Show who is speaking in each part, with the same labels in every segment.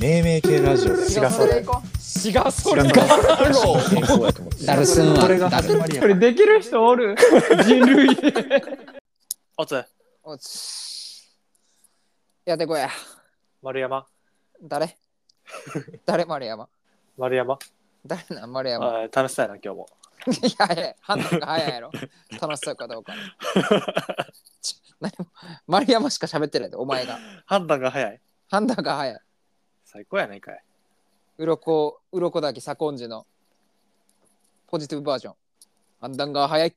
Speaker 1: 命名系ラジオだよ
Speaker 2: 違うそれ行こ
Speaker 3: 違うそれ
Speaker 1: 違う
Speaker 3: か
Speaker 1: 健康やと思って
Speaker 4: ダルスンは
Speaker 1: これが
Speaker 4: ダ
Speaker 1: 始
Speaker 4: ル
Speaker 1: まりや
Speaker 5: これできる人おる人類で。
Speaker 2: う。おつ、
Speaker 4: おつやってこや
Speaker 2: 丸山、
Speaker 4: 誰誰丸山
Speaker 2: 丸山。
Speaker 4: 誰なん丸山
Speaker 2: あー楽しそうやな、今日も。
Speaker 4: いやいや判断が早いやろ楽しそうかどうかのち何も丸山しか喋ってないでお前が
Speaker 2: 判断が早い。
Speaker 4: 判断が早い
Speaker 2: 最高やないかい。
Speaker 4: 鱗鱗だけ左近次のポジティブバージョン判断が 早い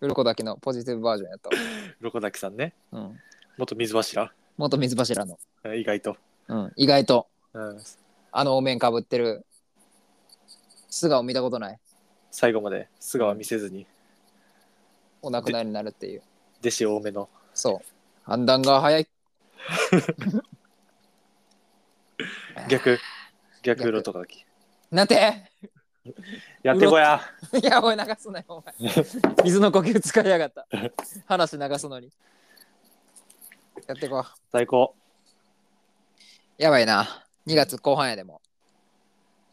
Speaker 4: 鱗だけのポジティブバージョンやと、
Speaker 2: 横崎さんね。
Speaker 4: うん、
Speaker 2: 元水柱。
Speaker 4: 元水柱の、
Speaker 2: えー意外と。
Speaker 4: うん、意外と
Speaker 2: うん。
Speaker 4: あのお面かぶってる素顔見たことない
Speaker 2: 最後まで素顔見せずに、
Speaker 4: お亡くなりになるっていう
Speaker 2: 弟子多めの。
Speaker 4: そう判断が早い
Speaker 2: 逆、逆路とかだけ。
Speaker 4: なんて
Speaker 2: やってこや。
Speaker 4: いやおい流すなよお前水の呼吸使いやがった話流すのにやってこう
Speaker 2: 最高。
Speaker 4: やばいな2月後半やでも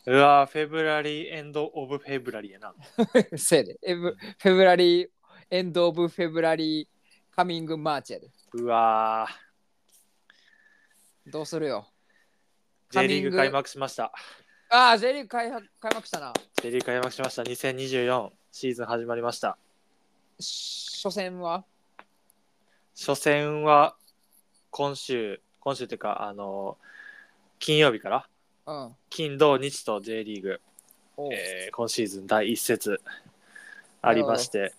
Speaker 2: うわー、フェブラリーエンドオブフェブラリーやな。
Speaker 4: せいで。エブフェブラリー、エンド・オブ・フェブラリー、カミング・マーチやで。
Speaker 2: うわ
Speaker 4: どうするよ。
Speaker 2: ー、J リーグ開
Speaker 4: カミング。
Speaker 2: 幕しました。
Speaker 4: ああ、J リーグ開幕開幕したな。
Speaker 2: J リーグ開幕しました。2024シーズン始まりました。
Speaker 4: し初戦は
Speaker 2: 初戦は今週、今週っていうか、あの金曜日から、
Speaker 4: うん。
Speaker 2: 金、土、日と J リーグ、
Speaker 4: おう
Speaker 2: えー今シーズン第一節ありまして、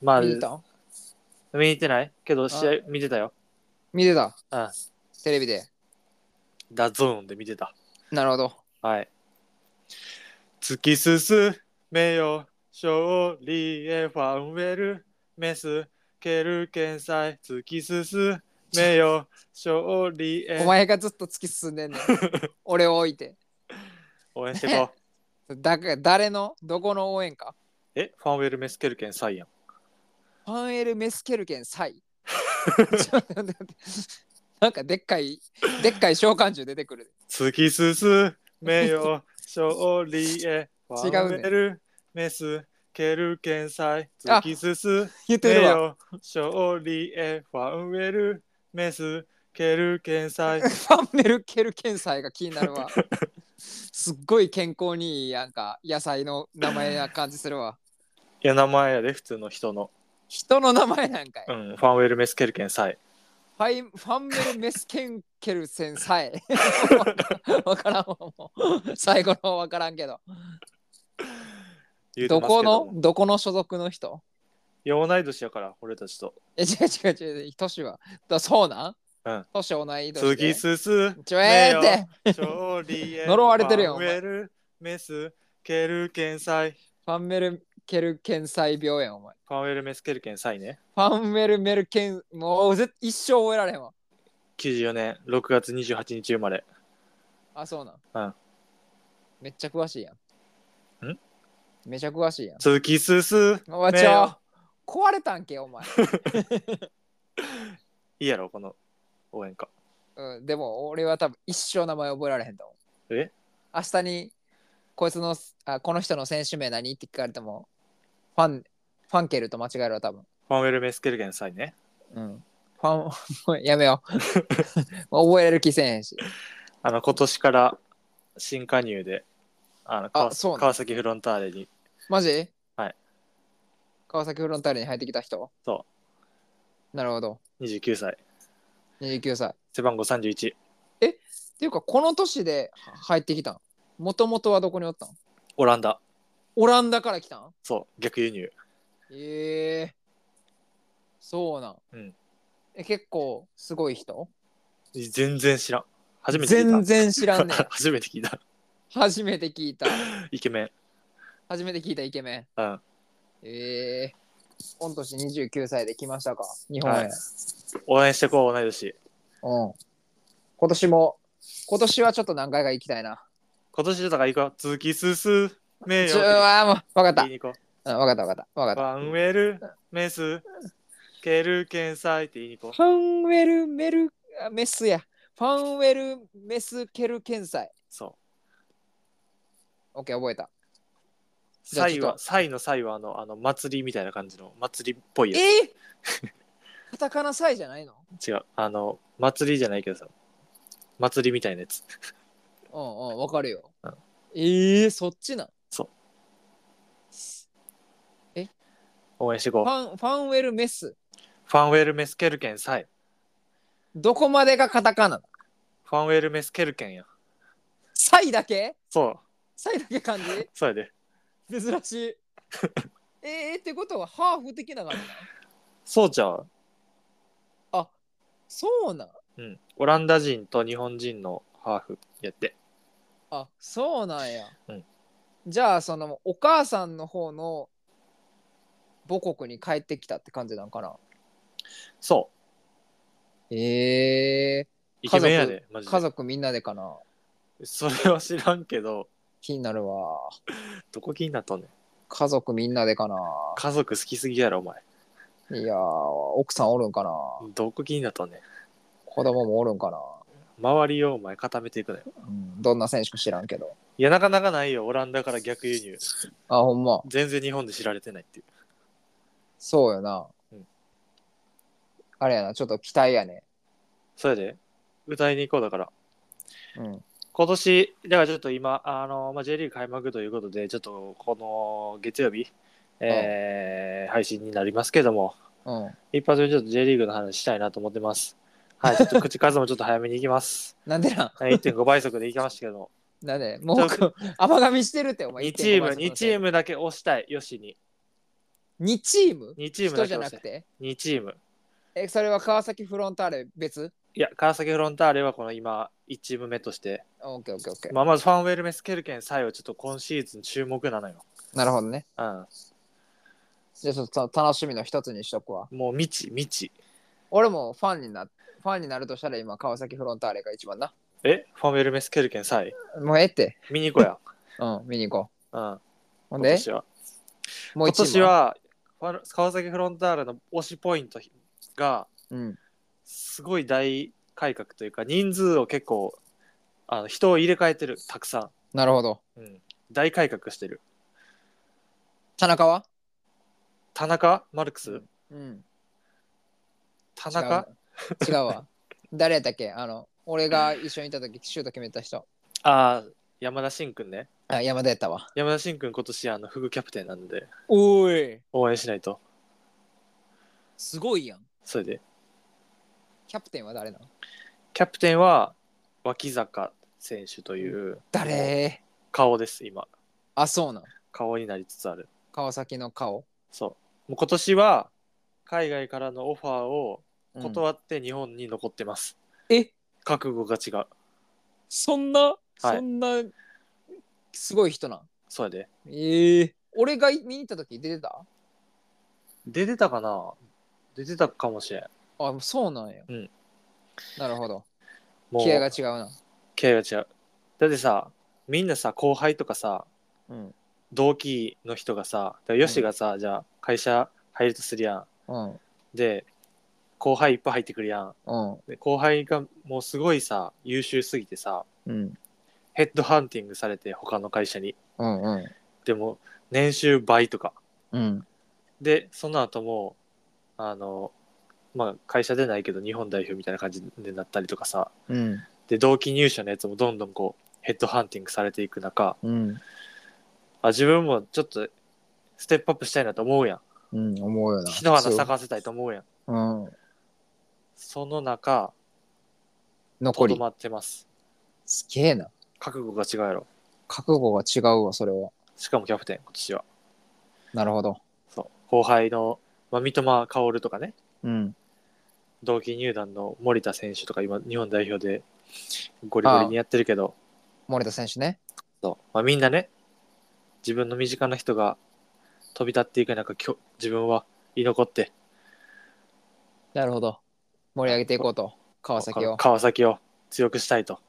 Speaker 2: まあ、
Speaker 4: 見
Speaker 2: 見
Speaker 4: てた
Speaker 2: に行ってないけど、試合見てたよ。
Speaker 4: 見てた。
Speaker 2: うん
Speaker 4: テレビで。
Speaker 2: ダゾーンで見てた。
Speaker 4: なるほど。
Speaker 2: はい。突き進めよ、勝利へファンウェル、メス、ケルケンサイ、突き進めよ、勝利へ。
Speaker 4: お前がずっと突き進ん でんねん。俺を置いて。
Speaker 2: 応援してこう。
Speaker 4: だが誰のどこの応援か
Speaker 2: え、ファンウェル、メス、ケルケンサイやん。
Speaker 4: ファンエル・メスケルケン・ サイ。ちょっと待ってなんかでっかい、でっかい召喚獣出てくる。
Speaker 2: 突き進 めよ、勝利へ。ファンウェル、メス、ケルケンサイ、
Speaker 4: あ
Speaker 2: 突き進
Speaker 4: 言って
Speaker 2: め
Speaker 4: るわ。
Speaker 2: よ、勝利へ。ファンウェル、メス、ケルケ ンサイ。
Speaker 4: ファンメルケル検査が気になる わ。すっごい健康にいいなんか野菜の名前な感じするわ。
Speaker 2: いや、名前やで、普通の人の。
Speaker 4: 人の名前なんかい。
Speaker 2: うん、ファンウェル・メスケルケンサイ。
Speaker 4: ファイファンメルメスケンケルセンさ え。わからんわもう。最後のわからんけど。
Speaker 2: 言うて
Speaker 4: ど
Speaker 2: ますけ
Speaker 4: こ
Speaker 2: ど
Speaker 4: の
Speaker 2: も
Speaker 4: どこの所属の人
Speaker 2: いや、同い年やから、俺たちと。
Speaker 4: え、違う違う違う。年は。だそうなん
Speaker 2: うん。
Speaker 4: 年同い年
Speaker 2: 次
Speaker 4: で。
Speaker 2: 進
Speaker 4: ちょえーって。
Speaker 2: めよ勝利 へ
Speaker 4: 呪われてるよ
Speaker 2: フ
Speaker 4: お
Speaker 2: ァ
Speaker 4: 前
Speaker 2: ンウェル・メスケルケンサイ。
Speaker 4: ファンメルケルケンサイ病やんお前。
Speaker 2: ファンウェル・メスケルケンサイね。
Speaker 4: ファンメルメルケン。もう絶一生覚えられへんわ。
Speaker 2: 94年6月28日生まれ。
Speaker 4: あ、そうなん。
Speaker 2: うん
Speaker 4: めっちゃ詳しいやん。
Speaker 2: ん
Speaker 4: めちゃ詳しいやん。
Speaker 2: 突き進
Speaker 4: お前
Speaker 2: ねえ
Speaker 4: ちょ
Speaker 2: よ
Speaker 4: 壊れたんけ、お前。
Speaker 2: いいやろ、この応援歌。
Speaker 4: うん、でも俺は多分一生名前覚えられへんと思う。
Speaker 2: え
Speaker 4: 明日にこいつのあ、この人の選手名何って聞かれても、ファン、ファンケルと間違えるわ、多分。
Speaker 2: ファンウェル・メスケルケンサイね。
Speaker 4: うん。ファン、 もうやめよう。 もう覚えれる気せえへんし。
Speaker 2: あの、今年から新加入で、あの川
Speaker 4: そうなん
Speaker 2: 川崎フロンターレに。
Speaker 4: マジ
Speaker 2: はい。
Speaker 4: 川崎フロンターレに入ってきた人。
Speaker 2: そう
Speaker 4: なるほど。
Speaker 2: 29歳。
Speaker 4: 29歳。
Speaker 2: 背番号31。
Speaker 4: っていうかこの年で入ってきたんもともとはどこにおったん
Speaker 2: オランダ。
Speaker 4: オランダから来たん
Speaker 2: そう、逆輸入。
Speaker 4: ええそうなん、
Speaker 2: うん
Speaker 4: え結構すごい人
Speaker 2: 全然知らん。初めて聞いた。
Speaker 4: 全然知らんね
Speaker 2: 初めて聞いた。
Speaker 4: 初めて聞いた
Speaker 2: イケメン。
Speaker 4: 初めて聞いたイケメン
Speaker 2: うん。
Speaker 4: ええ今年29歳で来ましたか日本へ、
Speaker 2: はい応援してこう、同い年。
Speaker 4: うん今年も今年はちょっと何回か行きたいな
Speaker 2: 今年とから行こう。突き進め
Speaker 4: ちょう
Speaker 2: よ。
Speaker 4: わーもう分かった、
Speaker 2: 言いに行こ
Speaker 4: うん、分かった分かった分
Speaker 2: う。
Speaker 4: かっ
Speaker 2: ワンウェル、メス、ケルケンサイって言いに行こ
Speaker 4: たファンウェルメルあメスやファンウェル・メスケルケンサイ。
Speaker 2: そう。
Speaker 4: オッケー、覚えた。じゃあち
Speaker 2: サ
Speaker 4: ょっ
Speaker 2: イ
Speaker 4: と
Speaker 2: は、サイのサイはあの、あの、祭りみたいな感じの、祭りっぽいや
Speaker 4: えー、 カタカナサイじゃないの
Speaker 2: つ。違う。あの、祭りじゃないけどさ、祭りみたいなやつ。
Speaker 4: うんうん、わかるよ
Speaker 2: うん。
Speaker 4: ええー、そっちなん
Speaker 2: そう
Speaker 4: えフ
Speaker 2: 応援していこう。
Speaker 4: ァン、ファンウェル・メス。
Speaker 2: ファンウェルメスケルケンサイ。
Speaker 4: どこまでがカタカナだ
Speaker 2: ファンウェルメスケルケンや。
Speaker 4: サイだけ
Speaker 2: そう、
Speaker 4: サイだけ漢字
Speaker 2: そうやで。
Speaker 4: 珍し い。えー、ってことはハーフ的な感じなん
Speaker 2: そうちゃう。
Speaker 4: そうなん
Speaker 2: うん。オランダ人と日本人のハーフやって。
Speaker 4: あそうなんや、
Speaker 2: うん
Speaker 4: じゃあそのお母さんの方の母国に帰ってきたって感じなんかな
Speaker 2: そ
Speaker 4: え
Speaker 2: う。イケメンやで、マ
Speaker 4: ー、
Speaker 2: ジ
Speaker 4: 家
Speaker 2: で。
Speaker 4: 族みんなでかな
Speaker 2: それは知らんけど、
Speaker 4: 気になるわ
Speaker 2: どこ気になったんねん
Speaker 4: 家族みんなでかな
Speaker 2: 家族好きすぎやろ、お前。
Speaker 4: いやー奥さんおるんかな
Speaker 2: どこ気になったんねん
Speaker 4: 子供もおるんかな、
Speaker 2: 周りをお前固めていくなよ。
Speaker 4: うん、どんな選手か知らんけど
Speaker 2: いや、なかなかないよ、オランダから逆輸入。
Speaker 4: あほんま
Speaker 2: 全然日本で知られてないっていう。
Speaker 4: そうよな、
Speaker 2: うん
Speaker 4: あれやなちょっと期待やね
Speaker 2: それで、歌いに行こうだから。
Speaker 4: うん
Speaker 2: 今年、だからちょっと今、あの、まあ、J リーグ開幕ということで、ちょっとこの月曜日、えー配信になりますけども、
Speaker 4: うん
Speaker 2: 一発目ちょっと J リーグの話したいなと思ってます。はい、ちょっと口数もちょっと早めに行き ます。
Speaker 4: なんでなん
Speaker 2: はい、1.5倍速で行きましたけども、
Speaker 4: なんでもう甘噛みしてるってお前
Speaker 2: 2チーム、
Speaker 4: 1.5倍
Speaker 2: 2
Speaker 4: 速の
Speaker 2: チームだけ押したい、よしに。
Speaker 4: 2チーム
Speaker 2: 2チーム
Speaker 4: 人
Speaker 2: だ
Speaker 4: じ
Speaker 2: け
Speaker 4: ゃ
Speaker 2: 押
Speaker 4: な
Speaker 2: し
Speaker 4: く
Speaker 2: たい。
Speaker 4: て
Speaker 2: 2チーム。
Speaker 4: えそれは川崎フロンターレ別
Speaker 2: いや、川崎フロンターレはこの今、1チーム目として、
Speaker 4: オッケーオッケーオッケー、
Speaker 2: まあ、まずファンウェルメスケルケンサイはちょっと今シーズン注目なのよ。
Speaker 4: なるほどね
Speaker 2: う
Speaker 4: じゃあちょっと楽しみの一つにしとくわ
Speaker 2: ん。もう未知、未知。
Speaker 4: 俺もファンになファンになるとしたら今川崎フロンターレが一番な
Speaker 2: えファンウェルメスケルケンサイ
Speaker 4: もうええって
Speaker 2: 見に行こうや。
Speaker 4: うん見に行こ
Speaker 2: う ん。
Speaker 4: うほん
Speaker 2: 今
Speaker 4: で
Speaker 2: 年は。
Speaker 4: もう
Speaker 2: 今
Speaker 4: 一チーム
Speaker 2: 年は、ファル川崎フロンターレの推しポイントが、
Speaker 4: うん
Speaker 2: すごい大改革というか、人数を結構、あの人を入れ替えてる、たくさ
Speaker 4: なるほど
Speaker 2: ん。うん。大改革してる。
Speaker 4: 田中は
Speaker 2: 田中マルクス、
Speaker 4: うん
Speaker 2: 田
Speaker 4: 違うな
Speaker 2: 中
Speaker 4: 違うわ 誰やったっけあの俺が一緒にいた時シュート決めた人
Speaker 2: ああ、山田慎くんね。
Speaker 4: あ山田やったわ
Speaker 2: 山田慎くん今年、あの、フグキャプテンなんで、
Speaker 4: おい
Speaker 2: 応援しないと。
Speaker 4: すごいやん
Speaker 2: それで。
Speaker 4: キャプテンは誰なの
Speaker 2: キャプテンは脇坂選手という
Speaker 4: 誰
Speaker 2: 顔です、今。
Speaker 4: あそうなん
Speaker 2: 顔になりつつある。
Speaker 4: 川崎の顔
Speaker 2: そう。もう今年は海外からのオファーを
Speaker 4: うん
Speaker 2: 断って日本に残ってます。
Speaker 4: え
Speaker 2: 覚悟が違う。
Speaker 4: そんな、
Speaker 2: はい
Speaker 4: そんなすごい人なん
Speaker 2: そうやで。
Speaker 4: ええ俺が見に行った時出てた
Speaker 2: 出てたかな出てたかもしれん。
Speaker 4: あそうなんや、
Speaker 2: うん
Speaker 4: なるほど
Speaker 2: もう
Speaker 4: 気合が違うな、
Speaker 2: 気合が違う。だってさ、みんなさ、後輩とかさ、
Speaker 4: うん
Speaker 2: 同期の人がさ、だからヨシがさ、じゃあ会社入るとするや
Speaker 4: うん
Speaker 2: ん。で、後輩いっぱい入ってくるやん。
Speaker 4: うん
Speaker 2: で後輩がもうすごいさ、優秀すぎてさ、
Speaker 4: うん
Speaker 2: ヘッドハンティングされて他の会社に
Speaker 4: うんうん
Speaker 2: でも年収倍とか
Speaker 4: うん
Speaker 2: でその後もあのまあ会社でないけど日本代表みたいな感じでなったりとかさ
Speaker 4: うん
Speaker 2: で同期入社のやつもどんどんこうヘッドハンティングされていく中
Speaker 4: うん
Speaker 2: あ自分もちょっとステップアップしたいなと思うやん
Speaker 4: うん思うよな
Speaker 2: 一花咲かせたいと思うやん
Speaker 4: うん
Speaker 2: その中
Speaker 4: 残
Speaker 2: とど
Speaker 4: り
Speaker 2: まってます
Speaker 4: すげえな
Speaker 2: 覚悟が違うやろ
Speaker 4: 覚悟が違うわそれは
Speaker 2: しかもキャプテン今年は
Speaker 4: なるほど
Speaker 2: そう後輩の、まあ、三笘薫とかね
Speaker 4: うん
Speaker 2: 同期入団の森田選手とか今日本代表でゴリゴリにやってるけど
Speaker 4: 森田選手ね
Speaker 2: そうまあ、みんなね自分の身近な人が飛び立っていく中きょ自分は居残って
Speaker 4: なるほど盛り上げていこうと川崎
Speaker 2: か
Speaker 4: を
Speaker 2: 川崎を強くしたいと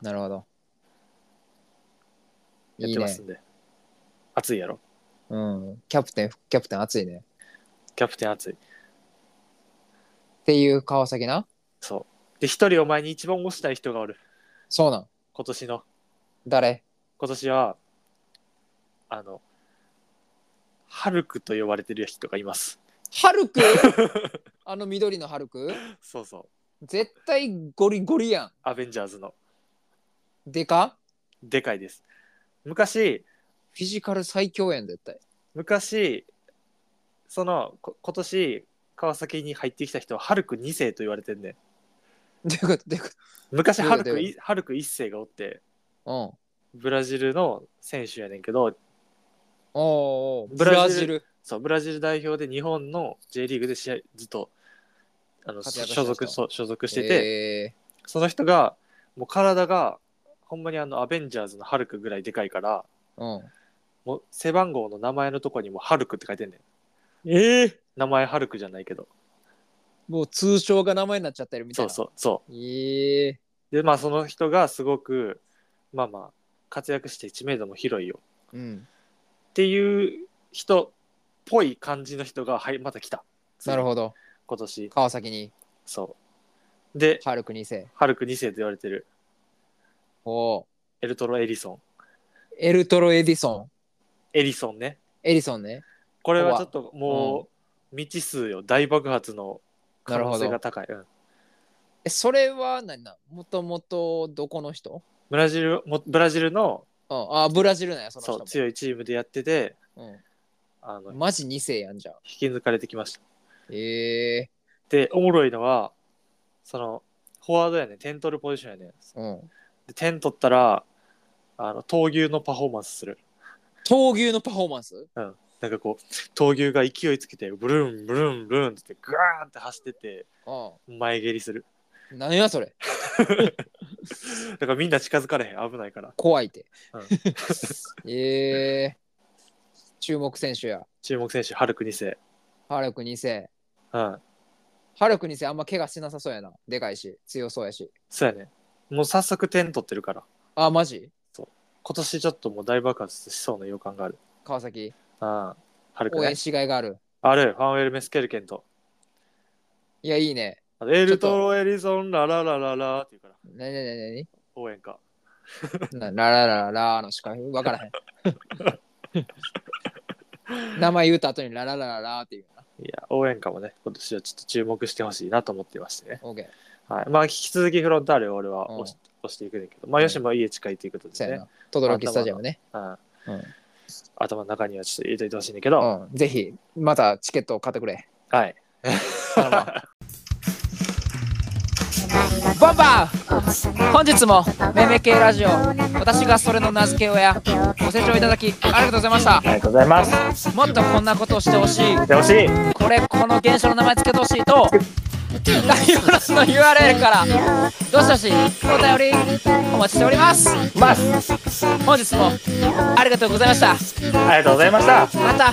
Speaker 4: なるほど
Speaker 2: やっ
Speaker 4: いい
Speaker 2: てま
Speaker 4: ね
Speaker 2: すんで熱いやろ
Speaker 4: うんキャプテンキャプテン熱いね
Speaker 2: キャプテン熱い
Speaker 4: っていう川崎な
Speaker 2: そうで、一人お前に一番推したい人がおる。
Speaker 4: そうなん。
Speaker 2: 今年の。
Speaker 4: 誰
Speaker 2: 今年は、あの、ハルクと呼ばれてる人がいます。
Speaker 4: ハ ルクあの緑のハルク
Speaker 2: そうそう。
Speaker 4: 絶対ゴリゴリやん。
Speaker 2: アベンジャーズの。
Speaker 4: でか
Speaker 2: でかいです。昔、
Speaker 4: フィジカル最強やん、絶対。
Speaker 2: 昔、その、こ今年、川崎に入ってきた人はハルク2世と言われてんねん
Speaker 4: でかでか
Speaker 2: 昔
Speaker 4: どういう
Speaker 2: ハル
Speaker 4: どう
Speaker 2: ク
Speaker 4: いう
Speaker 2: いハルク1世がおって、
Speaker 4: うん。おー
Speaker 2: ブラジルの選手やねんけど、
Speaker 4: おー
Speaker 2: ブラジル
Speaker 4: ル。
Speaker 2: そうブラジル代表で日本の J リーグで試合ずっとあの
Speaker 4: 活躍
Speaker 2: 所
Speaker 4: し
Speaker 2: 属
Speaker 4: た人
Speaker 2: そう所属してて、
Speaker 4: え
Speaker 2: その人がもう体がほんまにあのアベンジャーズのハルクぐらいでかいから
Speaker 4: ーうん。
Speaker 2: もう背番号の名前のとこにもハルクって書いてんねん
Speaker 4: ええ
Speaker 2: 名前ハルクじゃないけど
Speaker 4: もう通称が名前になっちゃってるみたい
Speaker 2: そう
Speaker 4: な。
Speaker 2: そうそ
Speaker 4: ええ
Speaker 2: うでまあその人がすごくまあまあ活躍して知名度も広いよ
Speaker 4: うん。
Speaker 2: っていう人っぽい感じの人がはいまた来た
Speaker 4: なる
Speaker 2: ど
Speaker 4: ほど。
Speaker 2: 今年
Speaker 4: 川崎に
Speaker 2: そうで
Speaker 4: ハルク2世。
Speaker 2: ハルク2世と言われてる
Speaker 4: おー
Speaker 2: エルトロ・エリソン
Speaker 4: エルトロ・エディソン。
Speaker 2: エリソンね
Speaker 4: エディソンね。
Speaker 2: これはちょっともう未知数よ大爆発の可能性が高い、うん
Speaker 4: え、それは何なもともとどこの人
Speaker 2: ブラジルもブラジルの
Speaker 4: うん、あブラジルなんやその人
Speaker 2: そう
Speaker 4: も
Speaker 2: 強いチームでやっててあ
Speaker 4: う
Speaker 2: の
Speaker 4: ん、
Speaker 2: 引
Speaker 4: マジ2世やんじゃん
Speaker 2: き抜かれてきました
Speaker 4: ええ
Speaker 2: でおもろいのはそのフォワードやね点取るポジションやね
Speaker 4: うん、
Speaker 2: で点取ったらあの闘牛のパフォーマンスする
Speaker 4: 闘牛のパフォーマンス
Speaker 2: なんかこう闘牛が勢いつけてブルンブルンブルンってグワーンって走ってって
Speaker 4: う
Speaker 2: 前蹴りする
Speaker 4: ん何やそれ
Speaker 2: だからみんな近づかれへん危ないから
Speaker 4: 怖いって、
Speaker 2: うん
Speaker 4: ええ注目選手や
Speaker 2: 注目選手ハルク2世
Speaker 4: ハルク2世
Speaker 2: うん
Speaker 4: ハルク2世あんま怪我しなさそうやなでかいし強そうやし
Speaker 2: そうやねもう早速点取ってるから
Speaker 4: あマジ
Speaker 2: 今年ちょっともう大爆発しそうな予感がある
Speaker 4: 川崎
Speaker 2: ああハルク
Speaker 4: 応
Speaker 2: ね
Speaker 4: 援しがいがある
Speaker 2: あるファンウェル・メスケルケンと
Speaker 4: いやいいね
Speaker 2: あとエルトロ・エリゾンラララララっていうから
Speaker 4: なになになに
Speaker 2: 応援歌
Speaker 4: なラララララのしか分からへ ん名前言うた後にラララララっていうない
Speaker 2: や応援歌もね今年はちょっと注目してほしいなと思ってましてね、
Speaker 4: オーケー
Speaker 2: はい、まあ引き続きフロンターレを俺は
Speaker 4: うん
Speaker 2: 押し,、していくねんだけどまあよしも家近いということで
Speaker 4: そうや
Speaker 2: ね
Speaker 4: な轟スタジアムね
Speaker 2: うん
Speaker 4: うん
Speaker 2: 頭の中にはちょっと入れといてほしいんだけど、
Speaker 4: うん、ぜひまたチケットを買ってくれ。
Speaker 2: はい
Speaker 4: 頼むわバンバー本日もめめ系ラジオ私がそれの名付け親ご清聴いただきありがとうございました
Speaker 2: ありがとうございます
Speaker 4: もっとこんなことをしてほしい
Speaker 2: でほしい
Speaker 4: これこの現象の名前つけてほしいと概要欄の URL からどしどしお便りお待ちしております本日もありがとうございました
Speaker 2: ありがとうございました
Speaker 4: また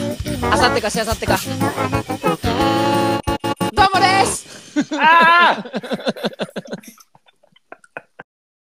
Speaker 4: あさってかしあさってかどうもです
Speaker 2: ああ